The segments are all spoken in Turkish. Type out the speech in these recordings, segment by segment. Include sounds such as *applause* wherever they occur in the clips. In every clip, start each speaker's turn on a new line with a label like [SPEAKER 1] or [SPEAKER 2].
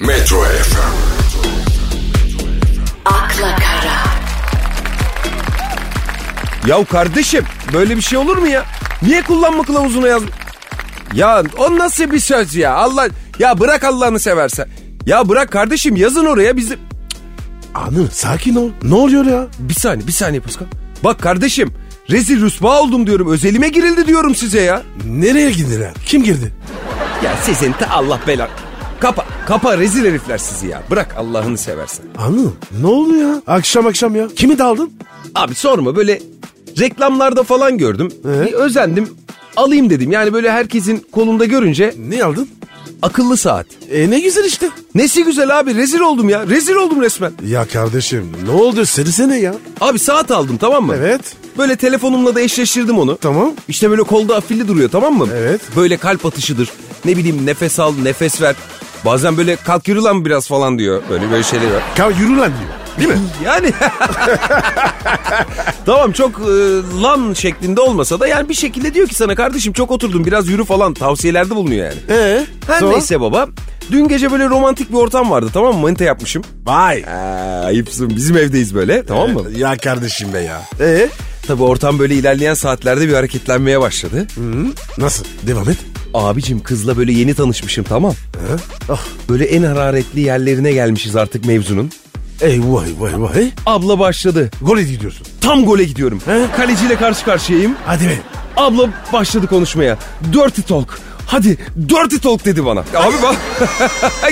[SPEAKER 1] Metro FM,
[SPEAKER 2] akla kara,
[SPEAKER 3] Yahu kardeşim böyle bir şey olur mu ya? Niye kullanma kılavuzuna yaz? Ya o nasıl bir söz ya? Allah ya bırak Allah'ını seversen. Ya bırak kardeşim yazın oraya bizi.
[SPEAKER 4] Anıl sakin ol. Ne oluyor ya?
[SPEAKER 3] Bir saniye bir saniye Pascal. Bak kardeşim rezil rüsva oldum diyorum. Özelime girildi diyorum size ya.
[SPEAKER 4] Nereye girdiler? Kim girdi?
[SPEAKER 3] Ya sizin de Allah belan. Kapa kapa rezil herifler sizi ya. Bırak Allah'ını seversen.
[SPEAKER 4] Anıl ne oldu ya? Akşam akşam ya. Kimi daldın?
[SPEAKER 3] Abi sorma böyle reklamlarda falan gördüm.
[SPEAKER 4] Ee?
[SPEAKER 3] Bir özendim alayım dedim. Yani böyle herkesin kolunda görünce
[SPEAKER 4] Ne aldın?
[SPEAKER 3] akıllı saat.
[SPEAKER 4] E ne güzel işte.
[SPEAKER 3] Nesi güzel abi rezil oldum ya. Rezil oldum resmen.
[SPEAKER 4] Ya kardeşim ne oldu? Serisene ya.
[SPEAKER 3] Abi saat aldım tamam mı?
[SPEAKER 4] Evet.
[SPEAKER 3] Böyle telefonumla da eşleştirdim onu.
[SPEAKER 4] Tamam.
[SPEAKER 3] İşte böyle kolda afilli duruyor tamam mı?
[SPEAKER 4] Evet.
[SPEAKER 3] Böyle kalp atışıdır. Ne bileyim nefes al, nefes ver. Bazen böyle kalk yürü lan biraz falan diyor. Böyle böyle şeyler var.
[SPEAKER 4] Kal yürü lan diyor. Değil mi?
[SPEAKER 3] *laughs* Yani tamam çok e, lan şeklinde olmasa da yani bir şekilde diyor ki sana kardeşim çok oturdun biraz yürü falan tavsiyelerde bulunuyor yani.
[SPEAKER 4] Ee?
[SPEAKER 3] Her
[SPEAKER 4] sonra?
[SPEAKER 3] neyse baba. Dün gece böyle romantik bir ortam vardı tamam mı? Manita yapmışım.
[SPEAKER 4] Vay.
[SPEAKER 3] Aa, ayıpsın bizim evdeyiz böyle tamam mı? E,
[SPEAKER 4] Ya kardeşim be ya. Ee?
[SPEAKER 3] Tabii ortam böyle ilerleyen saatlerde bir hareketlenmeye başladı.
[SPEAKER 4] Nasıl? Devam et.
[SPEAKER 3] Abicim kızla böyle yeni tanışmışım tamam.
[SPEAKER 4] Ah.
[SPEAKER 3] Böyle en hararetli yerlerine gelmişiz artık mevzunun.
[SPEAKER 4] Ey vay vay vay.
[SPEAKER 3] Abla başladı.
[SPEAKER 4] Gole gidiyorsun.
[SPEAKER 3] Tam gole gidiyorum. Kaleciyle karşı karşıyayım.
[SPEAKER 4] Hadi be.
[SPEAKER 3] Abla başladı konuşmaya. Dirty talk. Hadi dirty talk dedi bana. Abi bak.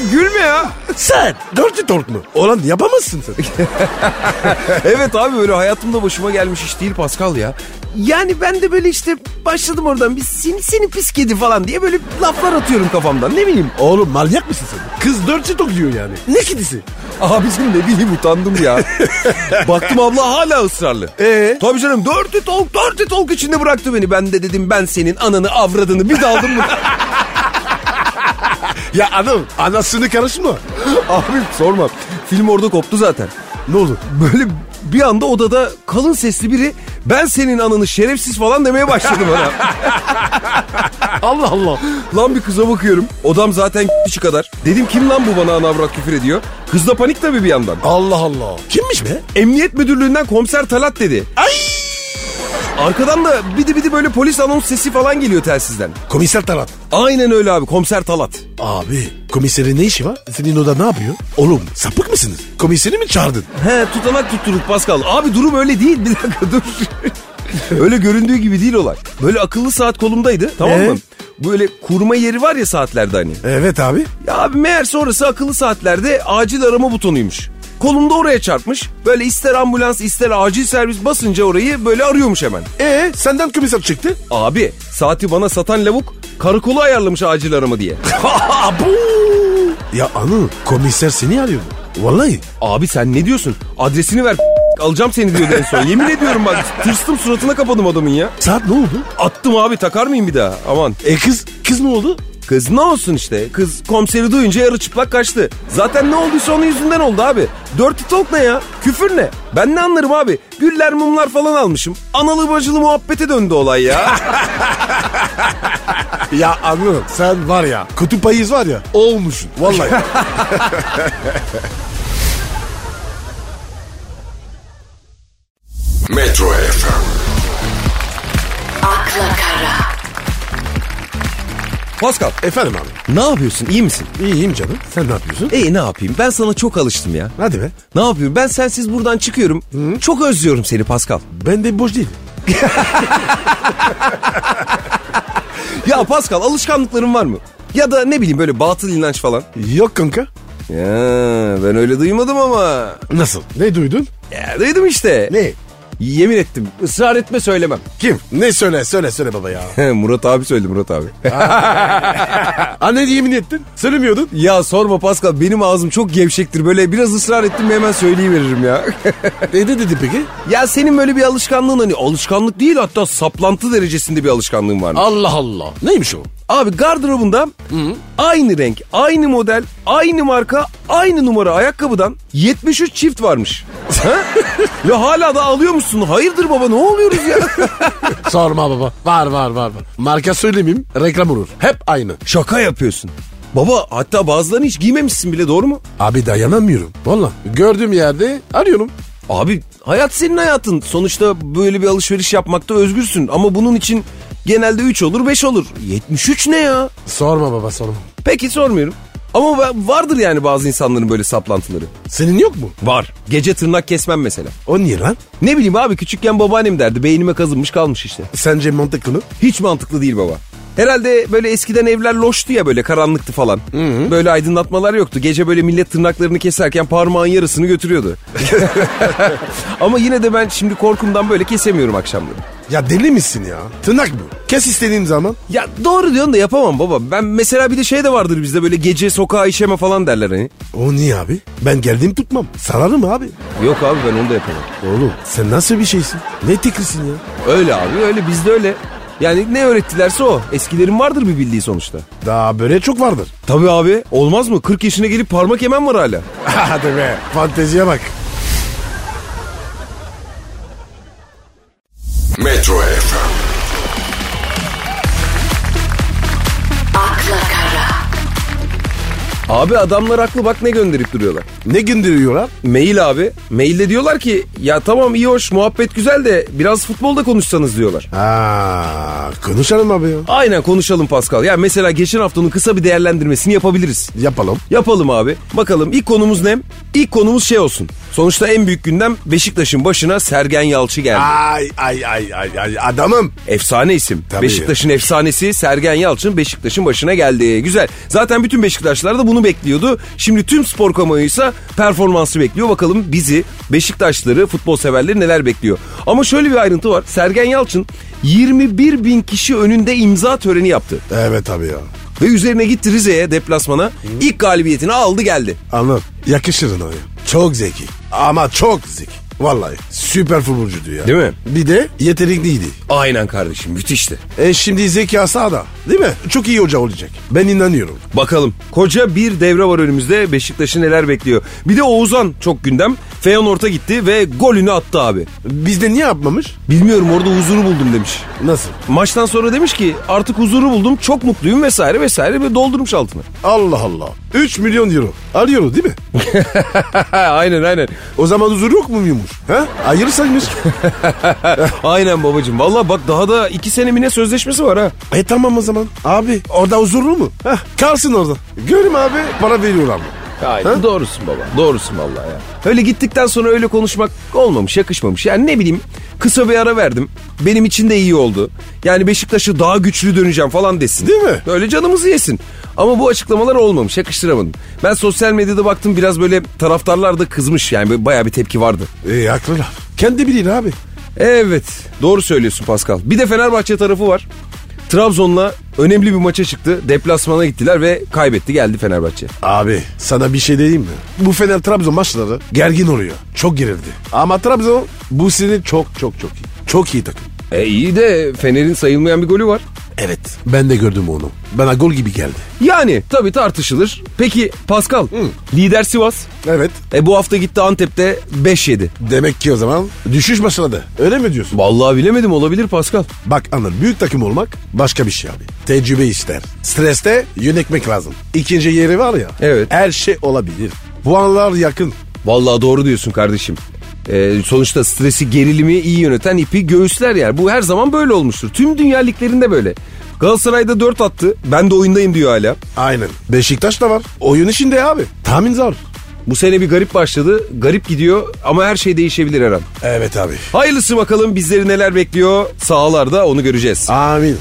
[SPEAKER 3] *laughs* Gülme ya.
[SPEAKER 4] Sen. Dirty talk mu? Olan yapamazsın sen. *laughs*
[SPEAKER 3] Evet abi böyle hayatımda başıma gelmiş iş değil Pascal ya. Yani ben de böyle işte başladım oradan bir seni seni pis kedi falan diye böyle laflar atıyorum kafamdan ne bileyim.
[SPEAKER 4] Oğlum manyak mısın sen? Kız dirty talk diyor yani. Ne kedisi?
[SPEAKER 3] Abicim ne bileyim
[SPEAKER 4] *laughs*
[SPEAKER 3] utandım ya. Baktım abla hala ısrarlı.
[SPEAKER 4] Ee?
[SPEAKER 3] Tabii canım dörtlü tolk dörtlü tolk içinde bıraktı beni. Ben de dedim ben senin ananı avradını bir daldım mı?
[SPEAKER 4] *laughs* Ya adam anasını karışma.
[SPEAKER 3] Abi sorma. Film orada koptu zaten.
[SPEAKER 4] Ne oldu?
[SPEAKER 3] Böyle bir anda odada kalın sesli biri ben senin ananı şerefsiz falan demeye başladı bana.
[SPEAKER 4] *laughs* Allah Allah.
[SPEAKER 3] lan bir kıza bakıyorum. Odam zaten *laughs* kişi kadar. Dedim kim lan bu bana ana avrat küfür ediyor. Kız da panik tabii bir yandan.
[SPEAKER 4] Allah Allah. Kimmiş be?
[SPEAKER 3] Emniyet müdürlüğünden komiser Talat dedi.
[SPEAKER 4] Ay!
[SPEAKER 3] Arkadan da bidi bidi böyle polis anons sesi falan geliyor telsizden.
[SPEAKER 4] Komiser Talat.
[SPEAKER 3] Aynen öyle abi komiser Talat.
[SPEAKER 4] Abi komiserin ne işi var? Senin oda ne yapıyor? Oğlum sapık mısınız? Komiseri mi çağırdın?
[SPEAKER 3] He tutanak tutturduk Pascal. Abi durum öyle değil bir dakika dur. *laughs* öyle göründüğü gibi değil olay. Böyle akıllı saat kolumdaydı tamam mı? Böyle kurma yeri var ya saatlerde hani.
[SPEAKER 4] Evet abi.
[SPEAKER 3] Ya abi meğerse orası akıllı saatlerde acil arama butonuymuş. Kolumda oraya çarpmış. Böyle ister ambulans ister acil servis basınca orayı böyle arıyormuş hemen.
[SPEAKER 4] Ee senden komiser çıktı.
[SPEAKER 3] Abi saati bana satan lavuk karakolu ayarlamış acil arama diye. *laughs*
[SPEAKER 4] Abu. Ya Anıl komiser seni arıyordu. Vallahi.
[SPEAKER 3] Abi sen ne diyorsun? Adresini ver *laughs* alacağım seni diyordu en son. Yemin ediyorum bak tırstım suratına kapadım adamın ya.
[SPEAKER 4] Saat ne oldu?
[SPEAKER 3] Attım abi takar mıyım bir daha? Aman.
[SPEAKER 4] E kız, kız ne oldu?
[SPEAKER 3] Kız ne olsun işte. Kız komiseri duyunca yarı çıplak kaçtı. Zaten ne olduysa onun yüzünden oldu abi. Dirty talk ne ya? Küfür ne? Ben ne anlarım abi? Güller mumlar falan almışım. Analı bacılı muhabbete döndü olay ya. *laughs*
[SPEAKER 4] Ya Anıl sen var ya kutup ayız var ya olmuşsun vallahi.
[SPEAKER 1] Metro FM,
[SPEAKER 2] akla kara,
[SPEAKER 3] Pascal
[SPEAKER 4] *laughs* Efendim abi.
[SPEAKER 3] ne yapıyorsun iyi misin?
[SPEAKER 4] İyiyim canım. Sen ne yapıyorsun?
[SPEAKER 3] İyi ne yapayım ben sana çok alıştım ya.
[SPEAKER 4] E, Hadi be.
[SPEAKER 3] Ne yapıyorum ben sensiz buradan çıkıyorum. Çok özlüyorum seni Pascal.
[SPEAKER 4] Ben de boş değil.
[SPEAKER 3] Ya Pascal alışkanlıkların var mı? Ya da ne bileyim böyle batıl inanç falan.
[SPEAKER 4] Yok kanka.
[SPEAKER 3] Ya ben öyle duymadım ama.
[SPEAKER 4] Nasıl? Ne duydun?
[SPEAKER 3] Ya duydum işte.
[SPEAKER 4] Ne?
[SPEAKER 3] Yemin ettim ısrar etme söylemem.
[SPEAKER 4] Kim? Ne söyle söyle söyle baba ya.
[SPEAKER 3] He, Murat abi söyledi Murat abi.
[SPEAKER 4] *laughs* Anne yemin ettin. Söylemiyordun.
[SPEAKER 3] ya sorma Pascal benim ağzım çok gevşektir. Böyle biraz ısrar ettim mi hemen söyleyiveririm ya.
[SPEAKER 4] E ne dedi peki?
[SPEAKER 3] ya senin böyle bir alışkanlığın hani alışkanlık değil hatta saplantı derecesinde bir alışkanlığın var mı?
[SPEAKER 4] Allah Allah. Neymiş o?
[SPEAKER 3] Abi gardırobunda aynı renk, aynı model, aynı marka, aynı numara ayakkabıdan 73 çift varmış. Ha? Ve hala da alıyor musun? Hayırdır baba ne oluyoruz ya?
[SPEAKER 4] Sorma baba. Var var var. var. Marka söylemeyeyim reklam olur. Hep aynı.
[SPEAKER 3] Şaka yapıyorsun. Baba hatta bazılarını hiç giymemişsin bile doğru mu?
[SPEAKER 4] Abi dayanamıyorum. Valla. Gördüğüm yerde arıyorum.
[SPEAKER 3] Abi hayat senin hayatın. Sonuçta böyle bir alışveriş yapmakta özgürsün. Ama bunun için genelde 3 olur 5 olur. 73 ne ya?
[SPEAKER 4] Sorma baba sorma.
[SPEAKER 3] Peki sormuyorum. Ama va- vardır yani bazı insanların böyle saplantıları.
[SPEAKER 4] Senin yok mu?
[SPEAKER 3] Var. Gece tırnak kesmem mesela.
[SPEAKER 4] O niye lan?
[SPEAKER 3] Ne bileyim abi küçükken babaannem derdi. Beynime kazınmış kalmış işte.
[SPEAKER 4] Sence mantıklı mı?
[SPEAKER 3] Hiç mantıklı değil baba. Herhalde böyle eskiden evler loştu ya böyle karanlıktı falan. Böyle aydınlatmalar yoktu. Gece böyle millet tırnaklarını keserken parmağın yarısını götürüyordu. *laughs* Ama yine de ben şimdi korkumdan böyle kesemiyorum akşamları.
[SPEAKER 4] Ya deli misin ya? Tırnak mı? Kes istediğim zaman.
[SPEAKER 3] Ya doğru diyorsun da yapamam baba. Ben mesela bir de şey de vardır bizde böyle gece sokağa işeme falan derler hani.
[SPEAKER 4] O niye abi? Ben geldiğim tutmam. Sararım abi.
[SPEAKER 3] Yok abi ben onu da yapamam.
[SPEAKER 4] Oğlum sen nasıl bir şeysin? Ne teklisin ya?
[SPEAKER 3] Öyle abi öyle bizde öyle. Yani ne öğrettilerse o. Eskilerin vardır bir bildiği sonuçta.
[SPEAKER 4] Daha böyle çok vardır. *laughs*
[SPEAKER 3] Tabii abi olmaz mı? 40 yaşına gelip parmak yemem var hala.
[SPEAKER 4] Hadi be. Fanteziye bak.
[SPEAKER 1] Metro FM,
[SPEAKER 2] akla kara,
[SPEAKER 3] Abi adamlar aklı bak ne gönderip duruyorlar.
[SPEAKER 4] Ne gönderiyorlar?
[SPEAKER 3] Mail abi. Mailde diyorlar ki ya tamam iyi hoş muhabbet güzel de biraz futbolda konuşsanız diyorlar.
[SPEAKER 4] Aa, konuşalım abi ya.
[SPEAKER 3] Aynen konuşalım Pascal. Ya mesela geçen haftanın kısa bir değerlendirmesini yapabiliriz.
[SPEAKER 4] Yapalım.
[SPEAKER 3] Yapalım abi. Bakalım ilk konumuz ne? İlk konumuz şey olsun. Sonuçta en büyük gündem Beşiktaş'ın başına Sergen Yalçı geldi.
[SPEAKER 4] Ay ay ay ay ay adamım.
[SPEAKER 3] Efsane isim.
[SPEAKER 4] Tabii.
[SPEAKER 3] Beşiktaş'ın efsanesi Sergen Yalçın Beşiktaş'ın başına geldi. Güzel. Zaten bütün Beşiktaşlar da bunu bekliyordu. Şimdi tüm spor kamuoyuysa performansı bekliyor. Bakalım bizi Beşiktaşları, futbol severleri neler bekliyor. Ama şöyle bir ayrıntı var. Sergen Yalçın 21 bin kişi önünde imza töreni yaptı.
[SPEAKER 4] Evet abi ya.
[SPEAKER 3] Ve üzerine gitti Rize'ye deplasmana. İlk galibiyetini aldı geldi.
[SPEAKER 4] Anladım. Yakışır ona ya. Çok zeki. Ama çok zeki. Vallahi süper futbolcuydu ya.
[SPEAKER 3] Değil mi?
[SPEAKER 4] Bir de yetenekliydi.
[SPEAKER 3] Aynen kardeşim müthişti.
[SPEAKER 4] E şimdi zekası da değil mi? Çok iyi hoca olacak. Ben inanıyorum.
[SPEAKER 3] Bakalım. Koca bir devre var önümüzde. Beşiktaş'ı neler bekliyor. Bir de Oğuzhan çok gündem. Feyenoord'a gitti ve golünü attı abi.
[SPEAKER 4] Bizde niye yapmamış?
[SPEAKER 3] Bilmiyorum orada huzuru buldum demiş.
[SPEAKER 4] Nasıl?
[SPEAKER 3] Maçtan sonra demiş ki artık huzuru buldum çok mutluyum vesaire vesaire ve doldurmuş altını. *laughs*
[SPEAKER 4] Allah Allah. 3 milyon euro. Arıyoruz değil mi?
[SPEAKER 3] aynen aynen. *laughs*
[SPEAKER 4] O zaman huzur yok muymuş? Ha? Ayırırsanmış.
[SPEAKER 3] Aynen babacığım. Valla bak daha da iki sene mi ne sözleşmesi var ha.
[SPEAKER 4] e tamam o zaman. Abi orada huzurlu mu? Hah, kalsın orada. Görüm abi para veriyorlar mı?
[SPEAKER 3] Aynen. Doğrusun baba. Doğrusun valla ya. Öyle gittikten sonra öyle konuşmak olmamış, yakışmamış. Yani ne bileyim kısa bir ara verdim. Benim için de iyi oldu. Yani Beşiktaş'ı daha güçlü döneceğim falan desin.
[SPEAKER 4] Değil mi?
[SPEAKER 3] Öyle canımızı yesin. Ama bu açıklamalar olmamış, yakıştıramadım. Ben sosyal medyada baktım biraz böyle taraftarlar da kızmış. Yani böyle bayağı bir tepki vardı.
[SPEAKER 4] E haklılar. Kendi bilir abi.
[SPEAKER 3] Evet doğru söylüyorsun Pascal. Bir de Fenerbahçe tarafı var. Trabzon'la önemli bir maça çıktı. Deplasmana gittiler ve kaybetti geldi Fenerbahçe.
[SPEAKER 4] Abi sana bir şey diyeyim mi? Bu Fener Trabzon maçları gergin oluyor. Çok gerildi. Ama Trabzon bu sene çok çok çok iyi. Çok iyi takım.
[SPEAKER 3] E iyi de Fener'in sayılmayan bir golü var.
[SPEAKER 4] Evet. Ben de gördüm onu. Bana gol gibi geldi.
[SPEAKER 3] Yani tabii tartışılır. Peki Pascal lider Sivas.
[SPEAKER 4] Evet.
[SPEAKER 3] E bu hafta gitti Antep'te 5 yedi.
[SPEAKER 4] Demek ki o zaman düşüş başladı. Öyle mi diyorsun?
[SPEAKER 3] Vallahi bilemedim olabilir Pascal.
[SPEAKER 4] Bak anıl büyük takım olmak başka bir şey abi. Tecrübe ister. Streste yönetmek lazım. İkinci yeri var ya.
[SPEAKER 3] Evet.
[SPEAKER 4] Her şey olabilir. Puanlar yakın.
[SPEAKER 3] Vallahi doğru diyorsun kardeşim. E, sonuçta stresi gerilimi iyi yöneten ipi göğüsler yer. Bu her zaman böyle olmuştur. Tüm dünya liglerinde böyle. Galatasaray'da 4 attı. Ben de oyundayım diyor hala.
[SPEAKER 4] Aynen. Beşiktaş da var. Oyun içinde abi. Tahmin zor.
[SPEAKER 3] Bu sene bir garip başladı. Garip gidiyor ama her şey değişebilir her an.
[SPEAKER 4] Evet abi.
[SPEAKER 3] Hayırlısı bakalım bizleri neler bekliyor. Sahalarda onu göreceğiz. Ah,
[SPEAKER 4] Amin.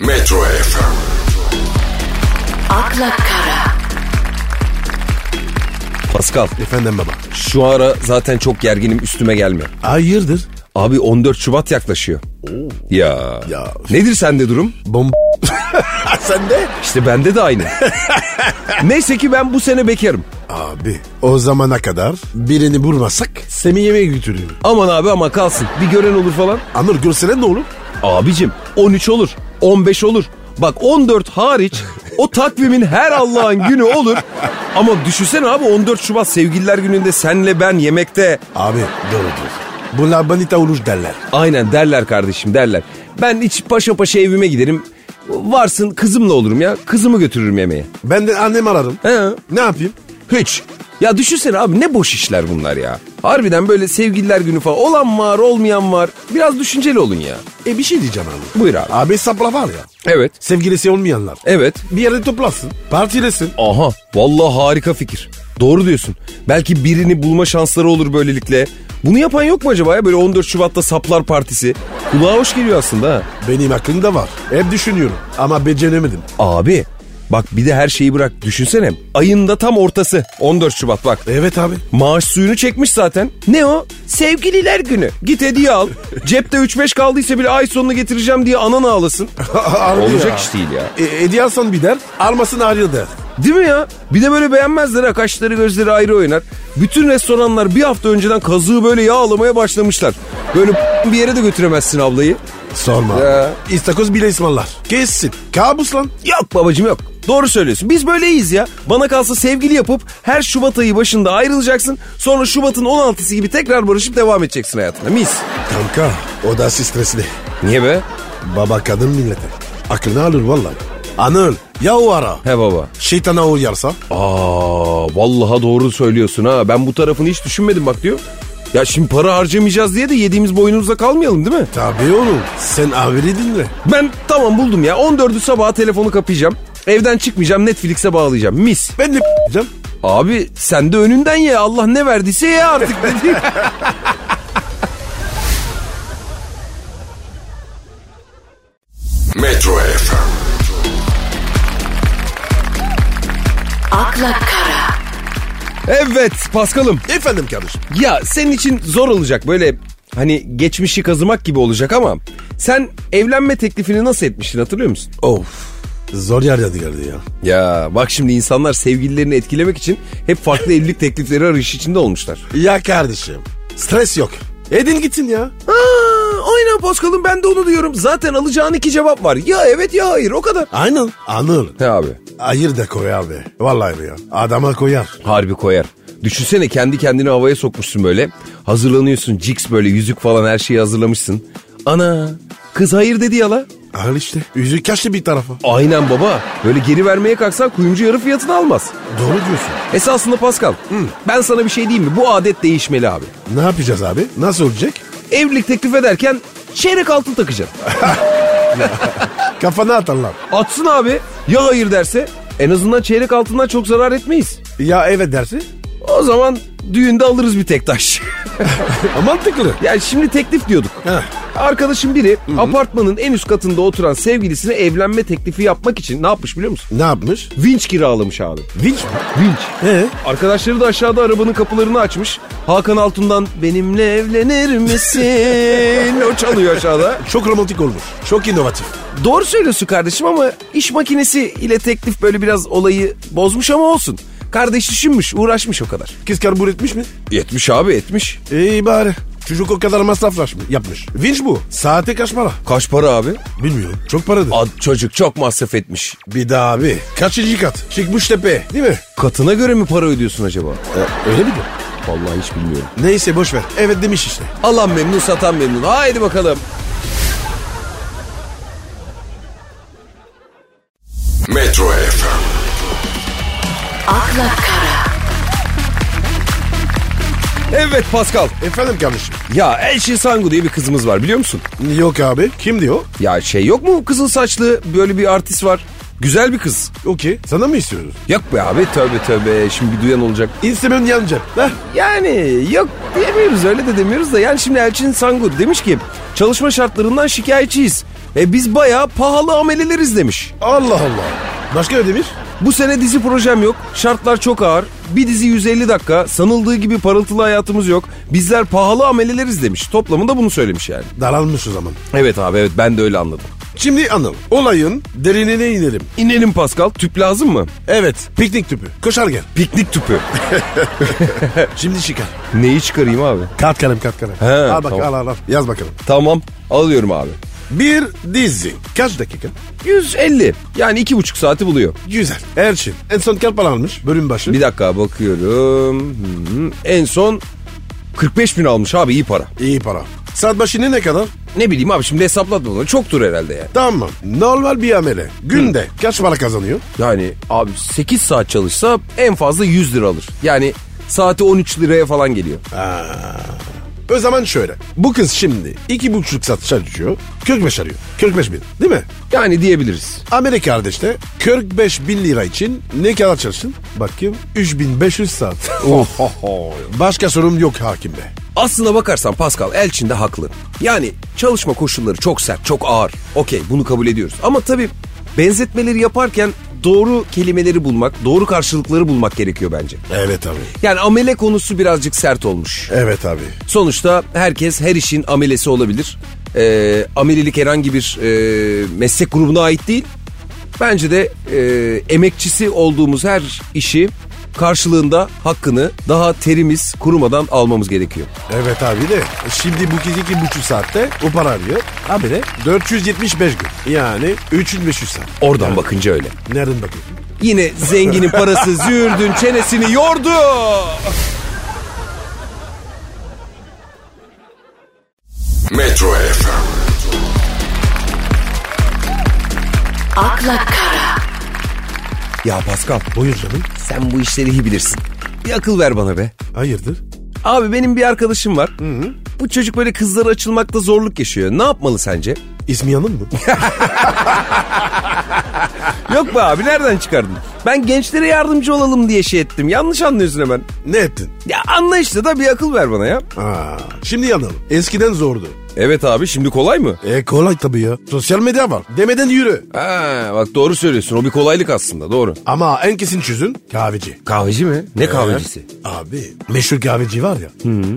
[SPEAKER 1] Metro FM,
[SPEAKER 2] akla kara,
[SPEAKER 3] Pascal
[SPEAKER 4] Efendim baba.
[SPEAKER 3] şu ara zaten çok gerginim üstüme gelme.
[SPEAKER 4] Hayırdır?
[SPEAKER 3] Abi 14 Şubat yaklaşıyor. Ya.
[SPEAKER 4] Ya.
[SPEAKER 3] Nedir sende durum?
[SPEAKER 4] Bomb... *laughs* Sen de?
[SPEAKER 3] İşte bende de aynı. Neyse ki ben bu sene bekarım.
[SPEAKER 4] Abi o zamana kadar birini bulmasak seni yemeğe götürüyorum.
[SPEAKER 3] Aman abi ama kalsın. Bir gören olur falan.
[SPEAKER 4] Anır görsene ne olur?
[SPEAKER 3] Abicim 13 olur, 15 olur. Bak 14 hariç o takvimin her Allah'ın günü olur. Ama düşünsene abi 14 Şubat sevgililer gününde senle ben yemekte.
[SPEAKER 4] Abi doğru diyorsun. Bunlar banita oluş derler.
[SPEAKER 3] Aynen derler kardeşim derler. Ben hiç paşa paşa evime giderim. Varsın kızımla olurum ya. Kızımı götürürüm yemeğe.
[SPEAKER 4] Ben de annemi ararım.
[SPEAKER 3] He.
[SPEAKER 4] Ne yapayım?
[SPEAKER 3] Hiç. Ya düşünsene abi ne boş işler bunlar ya. Harbiden böyle sevgililer günü falan olan var olmayan var. Biraz düşünceli olun ya.
[SPEAKER 4] E bir şey diyeceğim abi.
[SPEAKER 3] Buyur abi.
[SPEAKER 4] Abi sapla var ya.
[SPEAKER 3] Evet.
[SPEAKER 4] Sevgilisi olmayanlar.
[SPEAKER 3] Evet.
[SPEAKER 4] Bir yerde toplasın. Partilesin.
[SPEAKER 3] Aha vallahi harika fikir. Doğru diyorsun. Belki birini bulma şansları olur böylelikle. Bunu yapan yok mu acaba ya böyle 14 Şubat'ta Saplar Partisi? Kulağa hoş geliyor aslında ha.
[SPEAKER 4] Benim aklımda var. Hep düşünüyorum. Ama beceremedim.
[SPEAKER 3] Abi bak bir de her şeyi bırak düşünsene. Ayında tam ortası 14 Şubat bak.
[SPEAKER 4] Evet abi. *laughs*
[SPEAKER 3] Maaş suyunu çekmiş zaten. Ne o? Sevgililer günü. Git hediye al. Cepte 3-5 kaldıysa bile ay sonunu getireceğim diye anan ağlasın.
[SPEAKER 4] Harbi
[SPEAKER 3] Olacak
[SPEAKER 4] ya.
[SPEAKER 3] iş değil ya.
[SPEAKER 4] E, Hediye alsan bir der. Almasın ayrı der.
[SPEAKER 3] Değil mi ya? Bir de böyle beğenmezler ha. Kaşları gözleri ayrı oynar. Bütün restoranlar bir hafta önceden kazığı böyle yağlamaya başlamışlar. Böyle *laughs* bir yere de götüremezsin ablayı.
[SPEAKER 4] Sorma.
[SPEAKER 3] Ya.
[SPEAKER 4] İstakoz bile ısmarlar. Kessin. Kabus lan.
[SPEAKER 3] Yok babacım yok. Doğru söylüyorsun. Biz böyleyiz ya. Bana kalsa sevgili yapıp her Şubat ayı başında ayrılacaksın. Sonra Şubat'ın 16'sı gibi tekrar barışıp devam edeceksin hayatına. Mis.
[SPEAKER 4] Kanka o da stresli.
[SPEAKER 3] Niye be?
[SPEAKER 4] Baba kadın millete. Aklını alır vallahi. Anıl ya o ara.
[SPEAKER 3] He baba.
[SPEAKER 4] Şeytana uyarsa.
[SPEAKER 3] Aa vallaha doğru söylüyorsun ha. Ben bu tarafını hiç düşünmedim bak diyor. Ya şimdi para harcamayacağız diye de yediğimiz boynumuza kalmayalım değil mi?
[SPEAKER 4] Tabii oğlum sen avili dinle.
[SPEAKER 3] Ben tamam buldum ya. 14'ü sabaha telefonu kapayacağım. Evden çıkmayacağım Netflix'e bağlayacağım. Mis.
[SPEAKER 4] Ben de p***cam.
[SPEAKER 3] Abi sen de önünden ye. Allah ne verdiyse ye artık dedi.
[SPEAKER 1] Metro FM,
[SPEAKER 2] akla kara,
[SPEAKER 3] evet Paskal'ım.
[SPEAKER 4] Efendim kardeşim.
[SPEAKER 3] Ya senin için zor olacak böyle hani geçmişi kazımak gibi olacak ama sen evlenme teklifini nasıl etmiştin hatırlıyor musun?
[SPEAKER 4] Of. Zor yerden geldi ya.
[SPEAKER 3] Ya bak şimdi insanlar sevgililerini etkilemek için hep farklı evlilik teklifleri arayışı içinde olmuşlar.
[SPEAKER 4] Ya kardeşim. Stres yok. Edin gitsin ya.
[SPEAKER 3] Aa, aynen Paskal'ım ben de onu diyorum. Zaten alacağın iki cevap var. Ya evet ya hayır o kadar.
[SPEAKER 4] Aynen. Anıl.
[SPEAKER 3] He abi
[SPEAKER 4] Hayır da koy abi. Vallahi ya. Adama koyar.
[SPEAKER 3] harbi koyar. Düşünsene kendi kendini havaya sokmuşsun böyle. Hazırlanıyorsun ciks böyle yüzük falan her şeyi hazırlamışsın. Ana kız hayır dedi ya la.
[SPEAKER 4] Al işte. Yüzü kaçtı bir tarafa.
[SPEAKER 3] Aynen baba. Böyle geri vermeye kalksan kuyumcu yarı fiyatını almaz.
[SPEAKER 4] Doğru diyorsun.
[SPEAKER 3] Esasında Pascal ben sana bir şey diyeyim mi? Bu adet değişmeli abi.
[SPEAKER 4] Ne yapacağız abi? Nasıl olacak?
[SPEAKER 3] Evlilik teklif ederken çeyrek altın takacaksın.
[SPEAKER 4] Kafana atarlar.
[SPEAKER 3] Atsın abi. Ya hayır derse en azından çeyrek altından çok zarar etmeyiz.
[SPEAKER 4] Ya evet dersi.
[SPEAKER 3] O zaman düğünde alırız bir tek taş.
[SPEAKER 4] *laughs*
[SPEAKER 3] *laughs*
[SPEAKER 4] Mantıklı.
[SPEAKER 3] yani şimdi teklif diyorduk.
[SPEAKER 4] Heh.
[SPEAKER 3] Arkadaşım biri apartmanın en üst katında oturan sevgilisine evlenme teklifi yapmak için ne yapmış biliyor musun?
[SPEAKER 4] Ne yapmış?
[SPEAKER 3] Vinç kiralamış abi.
[SPEAKER 4] Vinç mi?
[SPEAKER 3] Vinç.
[SPEAKER 4] Ee?
[SPEAKER 3] Arkadaşları da aşağıda arabanın kapılarını açmış. Hakan Altun'dan benimle evlenir misin? o çalıyor aşağıda.
[SPEAKER 4] Çok romantik olmuş. Çok inovatif.
[SPEAKER 3] Doğru söylüyorsun kardeşim ama iş makinesi ile teklif böyle biraz olayı bozmuş ama olsun. Kardeş düşünmüş, uğraşmış o kadar.
[SPEAKER 4] Kız karbur etmiş mi?
[SPEAKER 3] Yetmiş abi, etmiş.
[SPEAKER 4] İyi bari. Çocuk o kadar masraf yapmış. Vinç bu. Saate kaç para?
[SPEAKER 3] Kaç para abi?
[SPEAKER 4] Bilmiyorum. Çok paradır.
[SPEAKER 3] Ad çocuk çok masraf etmiş.
[SPEAKER 4] bir daha abi. Kaçıncı kat? Çıkmış tepe. Değil mi?
[SPEAKER 3] Katına göre mi para ödüyorsun acaba?
[SPEAKER 4] Ee, Öyle mi diyor?
[SPEAKER 3] Vallahi hiç bilmiyorum.
[SPEAKER 4] Neyse boş ver. Evet demiş işte.
[SPEAKER 3] Alan memnun, satan memnun. Haydi bakalım.
[SPEAKER 1] Metro FM,
[SPEAKER 2] akla kara,
[SPEAKER 3] Evet Pascal.
[SPEAKER 4] Efendim kardeşim.
[SPEAKER 3] Ya Elçin Sangu diye bir kızımız var biliyor musun?
[SPEAKER 4] Yok abi. Kim diyor?
[SPEAKER 3] Ya şey yok mu kızıl saçlı böyle bir artist var. Güzel bir kız.
[SPEAKER 4] Okey. Sana mı istiyoruz?
[SPEAKER 3] Yok be abi tövbe tövbe şimdi bir duyan olacak.
[SPEAKER 4] İstemem yanacak. Heh.
[SPEAKER 3] Yani yok diyemiyoruz öyle de demiyoruz da yani şimdi Elçin Sangu demiş ki çalışma şartlarından şikayetçiyiz. E biz bayağı pahalı ameleleriz demiş.
[SPEAKER 4] Allah Allah. Başka ne demiş?
[SPEAKER 3] Bu sene dizi projem yok. Şartlar çok ağır. Bir dizi 150 dakika. Sanıldığı gibi parıltılı hayatımız yok. Bizler pahalı ameleleriz demiş. Toplamında bunu söylemiş yani.
[SPEAKER 4] Daralmış o zaman.
[SPEAKER 3] Evet abi evet ben de öyle anladım.
[SPEAKER 4] Şimdi anıl. Olayın derinine inelim.
[SPEAKER 3] İnelim Pascal. Tüp lazım mı?
[SPEAKER 4] Evet. Piknik tüpü. Koşar gel.
[SPEAKER 3] Piknik tüpü. *laughs*
[SPEAKER 4] Şimdi çıkar.
[SPEAKER 3] Neyi çıkarayım abi?
[SPEAKER 4] Kat kalem kat kalem.
[SPEAKER 3] He,
[SPEAKER 4] al bakalım
[SPEAKER 3] tamam.
[SPEAKER 4] al al al. Yaz bakalım.
[SPEAKER 3] Tamam alıyorum abi.
[SPEAKER 4] Bir dizi. Kaç dakika?
[SPEAKER 3] 150 yani iki buçuk saati buluyor.
[SPEAKER 4] Güzel. Erçin. En son kaç para almış bölüm başı?
[SPEAKER 3] Bir dakika bakıyorum. Hmm, En son 45 bin almış abi iyi para.
[SPEAKER 4] İyi para. Saat başı ne ne kadar?
[SPEAKER 3] Ne bileyim abi şimdi hesaplatma onu. Çoktur herhalde yani.
[SPEAKER 4] Tamam. Normal bir amele. Günde kaç para kazanıyor?
[SPEAKER 3] Yani abi 8 saat çalışsa en fazla 100 lira alır. Yani saati 13 liraya falan geliyor.
[SPEAKER 4] O zaman şöyle. Bu kız şimdi iki buçuk saat çalışıyor. 45 arıyor. 45 bin değil mi?
[SPEAKER 3] Yani diyebiliriz.
[SPEAKER 4] Amerika kardeşte 45 bin lira için ne kadar çalıştın? Bakayım 3500 saat.
[SPEAKER 3] Oh.
[SPEAKER 4] *laughs* Başka sorun yok hakim bey.
[SPEAKER 3] Aslına bakarsan Pascal Elçin de haklı. Yani çalışma koşulları çok sert, çok ağır. Okey bunu kabul ediyoruz. Ama tabii benzetmeleri yaparken doğru kelimeleri bulmak, doğru karşılıkları bulmak gerekiyor bence.
[SPEAKER 4] Evet abi.
[SPEAKER 3] Yani amele konusu birazcık sert olmuş.
[SPEAKER 4] Evet abi.
[SPEAKER 3] Sonuçta herkes her işin amelesi olabilir. Ee, amelilik herhangi bir e, meslek grubuna ait değil. Bence de e, emekçisi olduğumuz her işi karşılığında hakkını daha terimiz kurumadan almamız gerekiyor.
[SPEAKER 4] Evet abi de şimdi bu kız iki buçuk saatte o para arıyor. Abi de 475 gün. Yani 3500 saat.
[SPEAKER 3] Oradan bakınca öyle.
[SPEAKER 4] Nereden bakıyorsun?
[SPEAKER 3] Yine zenginin parası züğürdün çenesini yordu.
[SPEAKER 1] Metro FM,
[SPEAKER 2] akla kara,
[SPEAKER 3] Ya Pascal
[SPEAKER 4] Buyur canım.
[SPEAKER 3] sen bu işleri iyi bilirsin. Bir akıl ver bana be.
[SPEAKER 4] Hayırdır?
[SPEAKER 3] Abi benim bir arkadaşım var. Bu çocuk böyle kızlara açılmakta zorluk yaşıyor. Ne yapmalı sence?
[SPEAKER 4] İsmi yanın
[SPEAKER 3] *laughs*
[SPEAKER 4] mı?
[SPEAKER 3] Yok be abi nereden çıkardın? Ben gençlere yardımcı olalım diye şey ettim. Yanlış anlıyorsun hemen.
[SPEAKER 4] ne ettin?
[SPEAKER 3] Ya anla işte da bir akıl ver bana ya.
[SPEAKER 4] Aa, şimdi yanalım. Eskiden zordu.
[SPEAKER 3] Evet abi şimdi kolay mı?
[SPEAKER 4] E kolay tabii ya. Sosyal medya var. Demeden yürü.
[SPEAKER 3] Ha, bak doğru söylüyorsun o bir kolaylık aslında doğru. Ee?
[SPEAKER 4] Ama en kesin çözün kahveci. Ee,
[SPEAKER 3] Kahveci mi? Ne kahvecisi?
[SPEAKER 4] Abi meşhur kahveci var ya.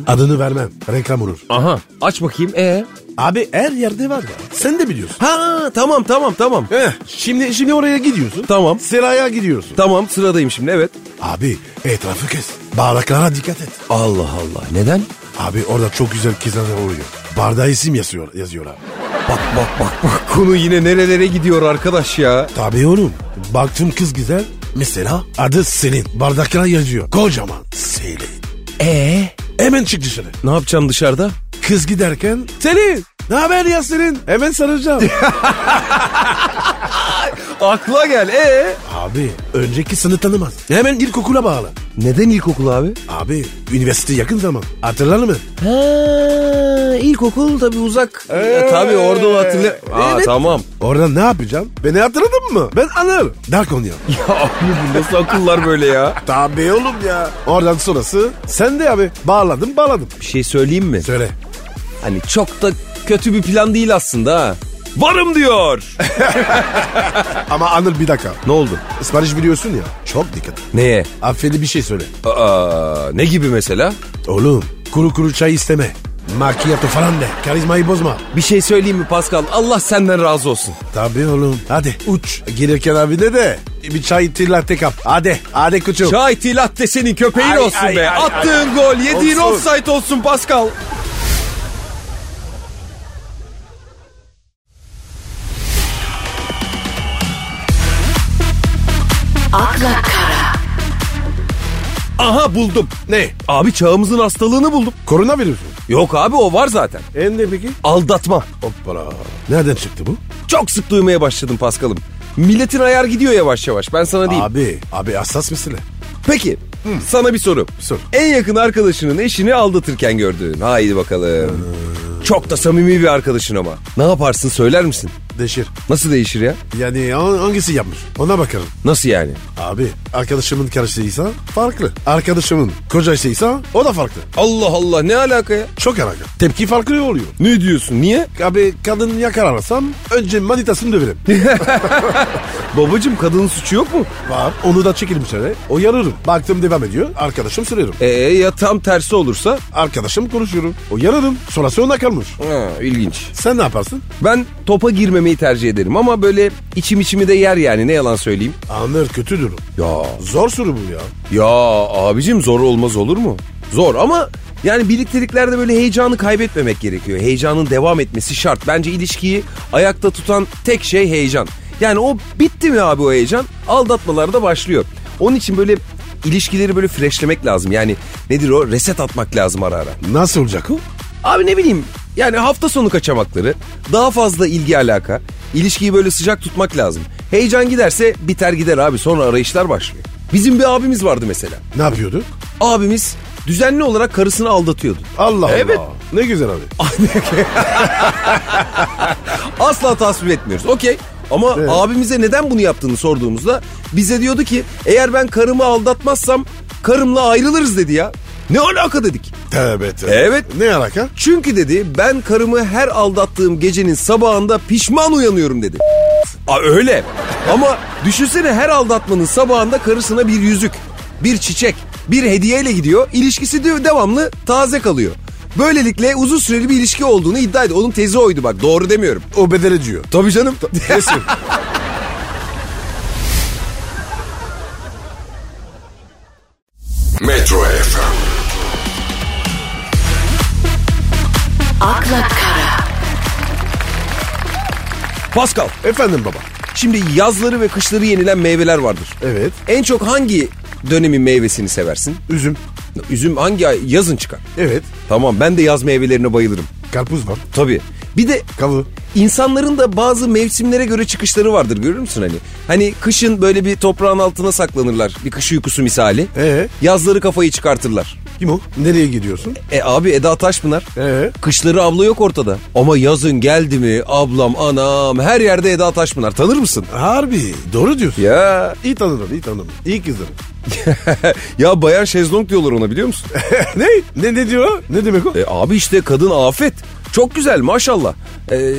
[SPEAKER 4] Adını vermem. Reklam olur.
[SPEAKER 3] Aha aç bakayım ee?
[SPEAKER 4] Abi her yerde var ya. Sen de biliyorsun.
[SPEAKER 3] Ha tamam tamam tamam.
[SPEAKER 4] Heh, şimdi şimdi oraya gidiyorsun.
[SPEAKER 3] Tamam.
[SPEAKER 4] Seraya gidiyorsun.
[SPEAKER 3] Tamam sıradayım şimdi evet.
[SPEAKER 4] Abi etrafı kes. Bardaklara dikkat et.
[SPEAKER 3] Allah Allah neden?
[SPEAKER 4] Abi orada çok güzel kızlar oluyor. Bardağa isim yazıyor, yazıyorlar.
[SPEAKER 3] Bak bak bak bak konu yine nerelere gidiyor arkadaş ya.
[SPEAKER 4] Tabii oğlum. Baktım kız güzel. Mesela adı senin. Bardaklara yazıyor. Kocaman. Selin.
[SPEAKER 3] Ee?
[SPEAKER 4] Hemen çık dışarı.
[SPEAKER 3] Ne yapacaksın dışarıda?
[SPEAKER 4] Kız giderken
[SPEAKER 3] Senin.
[SPEAKER 4] ne haber ya senin? Hemen
[SPEAKER 3] *laughs*
[SPEAKER 4] saracağım.
[SPEAKER 3] Akla gel ee?
[SPEAKER 4] Abi önceki sını tanımaz. Hemen ilkokula bağlı.
[SPEAKER 3] Neden ilkokul abi?
[SPEAKER 4] Abi üniversite yakın zaman. Hatırlar mı?
[SPEAKER 3] Ha, ilkokul tabii uzak. Ya, E, tabii orada onu hatırla. Aa,
[SPEAKER 4] Ee, Evet.
[SPEAKER 3] tamam.
[SPEAKER 4] Orada ne yapacağım? Beni hatırladın mı? Ben anır. Dark ya.
[SPEAKER 3] Ya *laughs* abi bu nasıl akıllar böyle ya?
[SPEAKER 4] Tabii oğlum ya. Oradan sonrası sen de abi. Bağladım bağladım.
[SPEAKER 3] Bir şey söyleyeyim mi?
[SPEAKER 4] Söyle.
[SPEAKER 3] Hani çok da kötü bir plan değil aslında ha. Varım diyor.
[SPEAKER 4] Ama Anıl bir dakika.
[SPEAKER 3] ne oldu?
[SPEAKER 4] Sipariş biliyorsun ya. Çok dikkat.
[SPEAKER 3] Neye?
[SPEAKER 4] Affedi bir şey söyle.
[SPEAKER 3] Aa, ne gibi mesela?
[SPEAKER 4] Oğlum kuru kuru çay isteme. Macchiato falan de. Karizmayı bozma.
[SPEAKER 3] Bir şey söyleyeyim mi Pascal? Allah senden razı olsun.
[SPEAKER 4] Tabii oğlum. Hadi uç. Gelirken abi de de. Bir çay latte kap. Hadi. Hadi kuçum.
[SPEAKER 3] Çay tea latte senin köpeğin
[SPEAKER 4] Ay,
[SPEAKER 3] olsun
[SPEAKER 4] ay,
[SPEAKER 3] be.
[SPEAKER 4] ay,
[SPEAKER 3] Attığın gol, yediğin
[SPEAKER 4] Olsun.
[SPEAKER 3] offside olsun Pascal.
[SPEAKER 2] akla kara,
[SPEAKER 3] Aha buldum.
[SPEAKER 4] Ne?
[SPEAKER 3] Abi çağımızın hastalığını buldum.
[SPEAKER 4] Koronavirüs mü?
[SPEAKER 3] Yok abi o var zaten.
[SPEAKER 4] En de peki?
[SPEAKER 3] Aldatma.
[SPEAKER 4] Hoppala. Nereden çıktı bu?
[SPEAKER 3] Çok sık duymaya başladım Paskal'ım. Milletin ayar gidiyor yavaş yavaş. Ben sana değil.
[SPEAKER 4] Abi. Abi hassas mesele.
[SPEAKER 3] Peki sana bir soru.
[SPEAKER 4] Sor.
[SPEAKER 3] En yakın arkadaşının eşini aldatırken gördüğün. Haydi bakalım. Çok da samimi bir arkadaşın ama. Ne yaparsın söyler misin?
[SPEAKER 4] Deşir.
[SPEAKER 3] Nasıl değişir ya?
[SPEAKER 4] Yani ha- hangisi yapmış? Ona bakarım.
[SPEAKER 3] Nasıl yani?
[SPEAKER 4] Abi arkadaşımın karısıysa farklı. Arkadaşımın kocasıysa o da farklı.
[SPEAKER 3] Allah Allah ne alaka ya?
[SPEAKER 4] Çok alakalı. Tepki farklı oluyor.
[SPEAKER 3] Ne diyorsun niye?
[SPEAKER 4] Abi kadın yakararsan önce manitasını
[SPEAKER 3] *laughs*
[SPEAKER 4] döverim.
[SPEAKER 3] Babacım kadının suçu yok mu?
[SPEAKER 4] Var. Onu da çekelim şöyle. O yararım. Baktım devam ediyor. Arkadaşım sürerim.
[SPEAKER 3] Ee ya tam tersi olursa?
[SPEAKER 4] Arkadaşım konuşuyorum. O yararım. Sonrası ona kalmış.
[SPEAKER 3] Ha, ilginç.
[SPEAKER 4] Sen ne yaparsın?
[SPEAKER 3] Ben topa girmemeyi tercih ederim ama böyle içim içimi de yer yani ne yalan söyleyeyim.
[SPEAKER 4] Anır kötü durum.
[SPEAKER 3] Ya
[SPEAKER 4] Zor soru bu ya.
[SPEAKER 3] Ya abicim zor olmaz olur mu? Zor ama yani birlikteliklerde böyle heyecanı kaybetmemek gerekiyor. Heyecanın devam etmesi şart. Bence ilişkiyi ayakta tutan tek şey heyecan. Yani o bitti mi abi o heyecan? Aldatmalar da başlıyor. Onun için böyle ilişkileri böyle freshlemek lazım. Yani nedir o? Reset atmak lazım ara ara.
[SPEAKER 4] Nasıl olacak o?
[SPEAKER 3] Abi ne bileyim yani hafta sonu kaçamakları daha fazla ilgi alaka. ilişkiyi böyle sıcak tutmak lazım. Heyecan giderse biter gider abi sonra arayışlar başlıyor. Bizim bir abimiz vardı mesela.
[SPEAKER 4] Ne yapıyordu?
[SPEAKER 3] Abimiz düzenli olarak karısını aldatıyordu.
[SPEAKER 4] Allah
[SPEAKER 3] Evet. Ah.
[SPEAKER 4] Allah. Ne güzel abi.
[SPEAKER 3] Asla tasvip etmiyoruz. Okey. Ama
[SPEAKER 4] Evet.
[SPEAKER 3] abimize neden bunu yaptığını sorduğumuzda bize diyordu ki eğer ben karımı aldatmazsam karımla ayrılırız dedi ya. Ne alaka dedik.
[SPEAKER 4] Tövbe tövbe.
[SPEAKER 3] Evet.
[SPEAKER 4] Ne alaka?
[SPEAKER 3] Çünkü dedi ben karımı her aldattığım gecenin sabahında pişman uyanıyorum dedi. Aa öyle. Ama düşünsene her aldatmanın sabahında karısına bir yüzük, bir çiçek, bir hediyeyle gidiyor. İlişkisi de devamlı taze kalıyor. Böylelikle uzun süreli bir ilişki olduğunu iddia ediyor. Onun tezi oydu bak doğru demiyorum.
[SPEAKER 4] O bedel diyor.
[SPEAKER 3] Tabii canım. *laughs*
[SPEAKER 4] Kesin.
[SPEAKER 1] Metro FM,
[SPEAKER 2] akla kara,
[SPEAKER 3] Pascal
[SPEAKER 4] Efendim baba.
[SPEAKER 3] şimdi yazları ve kışları yenilen meyveler vardır.
[SPEAKER 4] Evet.
[SPEAKER 3] En çok hangi dönemin meyvesini seversin?
[SPEAKER 4] Üzüm.
[SPEAKER 3] Üzüm hangi ay? Yazın çıkar.
[SPEAKER 4] Evet.
[SPEAKER 3] Tamam ben de yaz meyvelerine bayılırım.
[SPEAKER 4] Karpuz var.
[SPEAKER 3] Tabii. Bir de
[SPEAKER 4] Kavı.
[SPEAKER 3] insanların da bazı mevsimlere göre çıkışları vardır görür müsün hani? Hani kışın böyle bir toprağın altına saklanırlar. Bir kış uykusu misali.
[SPEAKER 4] Ee?
[SPEAKER 3] Yazları kafayı çıkartırlar.
[SPEAKER 4] Kim o? Nereye gidiyorsun?
[SPEAKER 3] E abi Eda Taşpınar.
[SPEAKER 4] Ee?
[SPEAKER 3] Kışları abla yok ortada. Ama yazın geldi mi ablam anam her yerde Eda Taşpınar tanır mısın?
[SPEAKER 4] Harbi. Doğru diyorsun.
[SPEAKER 3] Ya *laughs*
[SPEAKER 4] İyi tanıdım, iyi tanıdım. İyi kızım. *laughs*
[SPEAKER 3] ya bayan şezlong diyorlar ona biliyor musun?
[SPEAKER 4] ne? Ne ne diyor? Ne demek o?
[SPEAKER 3] E, abi işte kadın afet. Çok güzel maşallah. E,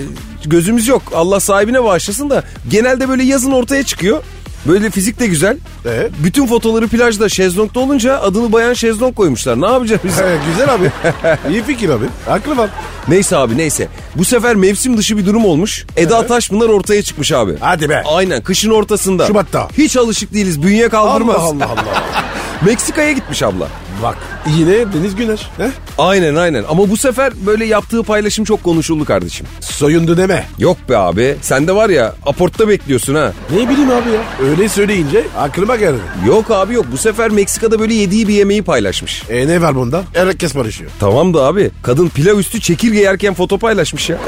[SPEAKER 3] gözümüz yok. Allah sahibine bağışlasın da genelde böyle yazın ortaya çıkıyor. Böyle fizik de güzel.
[SPEAKER 4] E?
[SPEAKER 3] Bütün fotoları plajda şezlongda olunca adını bayan şezlong koymuşlar. Ne yapacağız biz?
[SPEAKER 4] Ee, güzel *laughs* abi. iyi fikir abi. Aklı var.
[SPEAKER 3] neyse abi neyse. Bu sefer mevsim dışı bir durum olmuş. Eda Taşpınar ortaya çıkmış abi.
[SPEAKER 4] Hadi be.
[SPEAKER 3] Aynen kışın ortasında.
[SPEAKER 4] Şubat'ta.
[SPEAKER 3] Hiç alışık değiliz. Bünye kaldırmaz.
[SPEAKER 4] Allah Allah Allah.
[SPEAKER 3] Meksika'ya gitmiş abla.
[SPEAKER 4] *laughs* Bak yine Deniz Güneş. He?
[SPEAKER 3] Aynen aynen ama bu sefer böyle yaptığı paylaşım çok konuşuldu kardeşim.
[SPEAKER 4] Soyundu deme.
[SPEAKER 3] Yok be abi. Sen de var ya aportta bekliyorsun ha.
[SPEAKER 4] Ne bileyim abi ya. Öyle söyleyince aklıma geldi.
[SPEAKER 3] Yok abi yok. Bu sefer Meksika'da böyle yediği bir yemeği paylaşmış.
[SPEAKER 4] E ne var bunda? Herkes barışıyor.
[SPEAKER 3] Tamam da abi. Kadın pilav üstü çekirge yerken foto paylaşmış ya.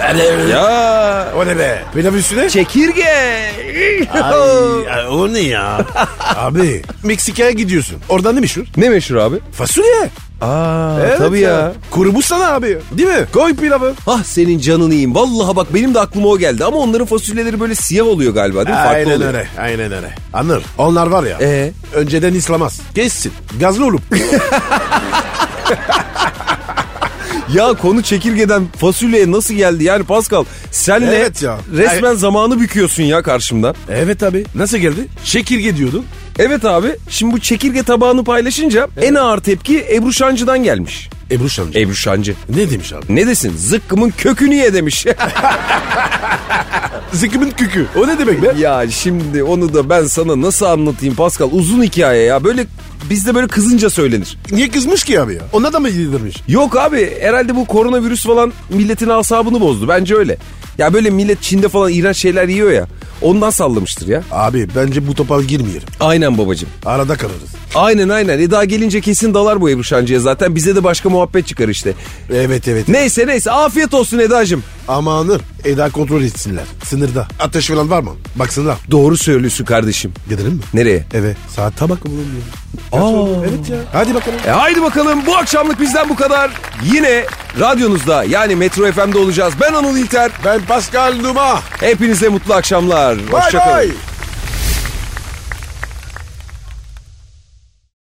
[SPEAKER 3] Ya
[SPEAKER 4] O ne be? Pilav üstüne?
[SPEAKER 3] çekirge.
[SPEAKER 4] Şey- *laughs* Ay, o ne ya? *laughs* abi Meksika'ya gidiyorsun. Oradan ne meşhur?
[SPEAKER 3] ne meşhur abi?
[SPEAKER 4] Fasulye.
[SPEAKER 3] Aa
[SPEAKER 4] Evet
[SPEAKER 3] tabii ya.
[SPEAKER 4] Kuru sana abi. Değil mi? Koy pilavı.
[SPEAKER 3] Ah senin canın iyiyim. Vallahi bak benim de aklıma o geldi ama onların fasulyeleri böyle siyah oluyor galiba değil mi? Farklı
[SPEAKER 4] Aynen
[SPEAKER 3] oluyor.
[SPEAKER 4] öyle. Aynen öyle. Anır. Onlar var ya.
[SPEAKER 3] Ee?
[SPEAKER 4] Önceden İslamaz. Kessin. Gazlı
[SPEAKER 3] *laughs*
[SPEAKER 4] olup.
[SPEAKER 3] Ya konu çekirgeden fasulyeye nasıl geldi yani Pascal? Senle
[SPEAKER 4] Evet ya.
[SPEAKER 3] resmen zamanı büküyorsun ya karşımda.
[SPEAKER 4] evet abi. Nasıl geldi? Şekirge diyordun.
[SPEAKER 3] Evet abi şimdi bu çekirge tabağını paylaşınca en ağır tepki Ebru Şancı'dan gelmiş.
[SPEAKER 4] Ebru Şamcı.
[SPEAKER 3] Ebru Şancı.
[SPEAKER 4] ne demiş abi?
[SPEAKER 3] Ne desin zıkkımın kökünü ye demiş.
[SPEAKER 4] Zıkkımın kükü. O ne demek be?
[SPEAKER 3] ya şimdi onu da ben sana nasıl anlatayım Pascal uzun hikaye ya böyle bizde böyle kızınca söylenir.
[SPEAKER 4] Niye kızmış ki abi ya? Ona da mı yedirmiş?
[SPEAKER 3] Yok abi herhalde bu koronavirüs falan milletin asabını bozdu bence öyle. Ya böyle millet Çin'de falan iğrenç şeyler yiyor ya ondan sallamıştır ya.
[SPEAKER 4] Abi bence bu topa girmeyelim.
[SPEAKER 3] Aynen babacığım.
[SPEAKER 4] Arada kalırız.
[SPEAKER 3] Aynen aynen Eda gelince kesin dalar bu Ebru Şancı'ya zaten bize de başka muhabbet çıkar işte.
[SPEAKER 4] Evet evet.
[SPEAKER 3] Neyse neyse afiyet olsun Eda'cığım.
[SPEAKER 4] Ama Anır Eda kontrol etsinler. Sınırda. Ateş falan var mı? Baksınlar.
[SPEAKER 3] Doğru söylüyorsun kardeşim.
[SPEAKER 4] Gidelim mi?
[SPEAKER 3] Nereye?
[SPEAKER 4] Eve. Saate bak oğlum ya. Kaç
[SPEAKER 3] Aa.
[SPEAKER 4] oldu? Evet ya. Hadi bakalım.
[SPEAKER 3] E haydi bakalım bu akşamlık bizden bu kadar. Yine radyonuzda yani Metro FM'de olacağız. Ben Anıl İlter.
[SPEAKER 4] Ben Pascal Numa.
[SPEAKER 3] Hepinize mutlu akşamlar.
[SPEAKER 4] Bay
[SPEAKER 3] Hoşçakalın.
[SPEAKER 4] bay.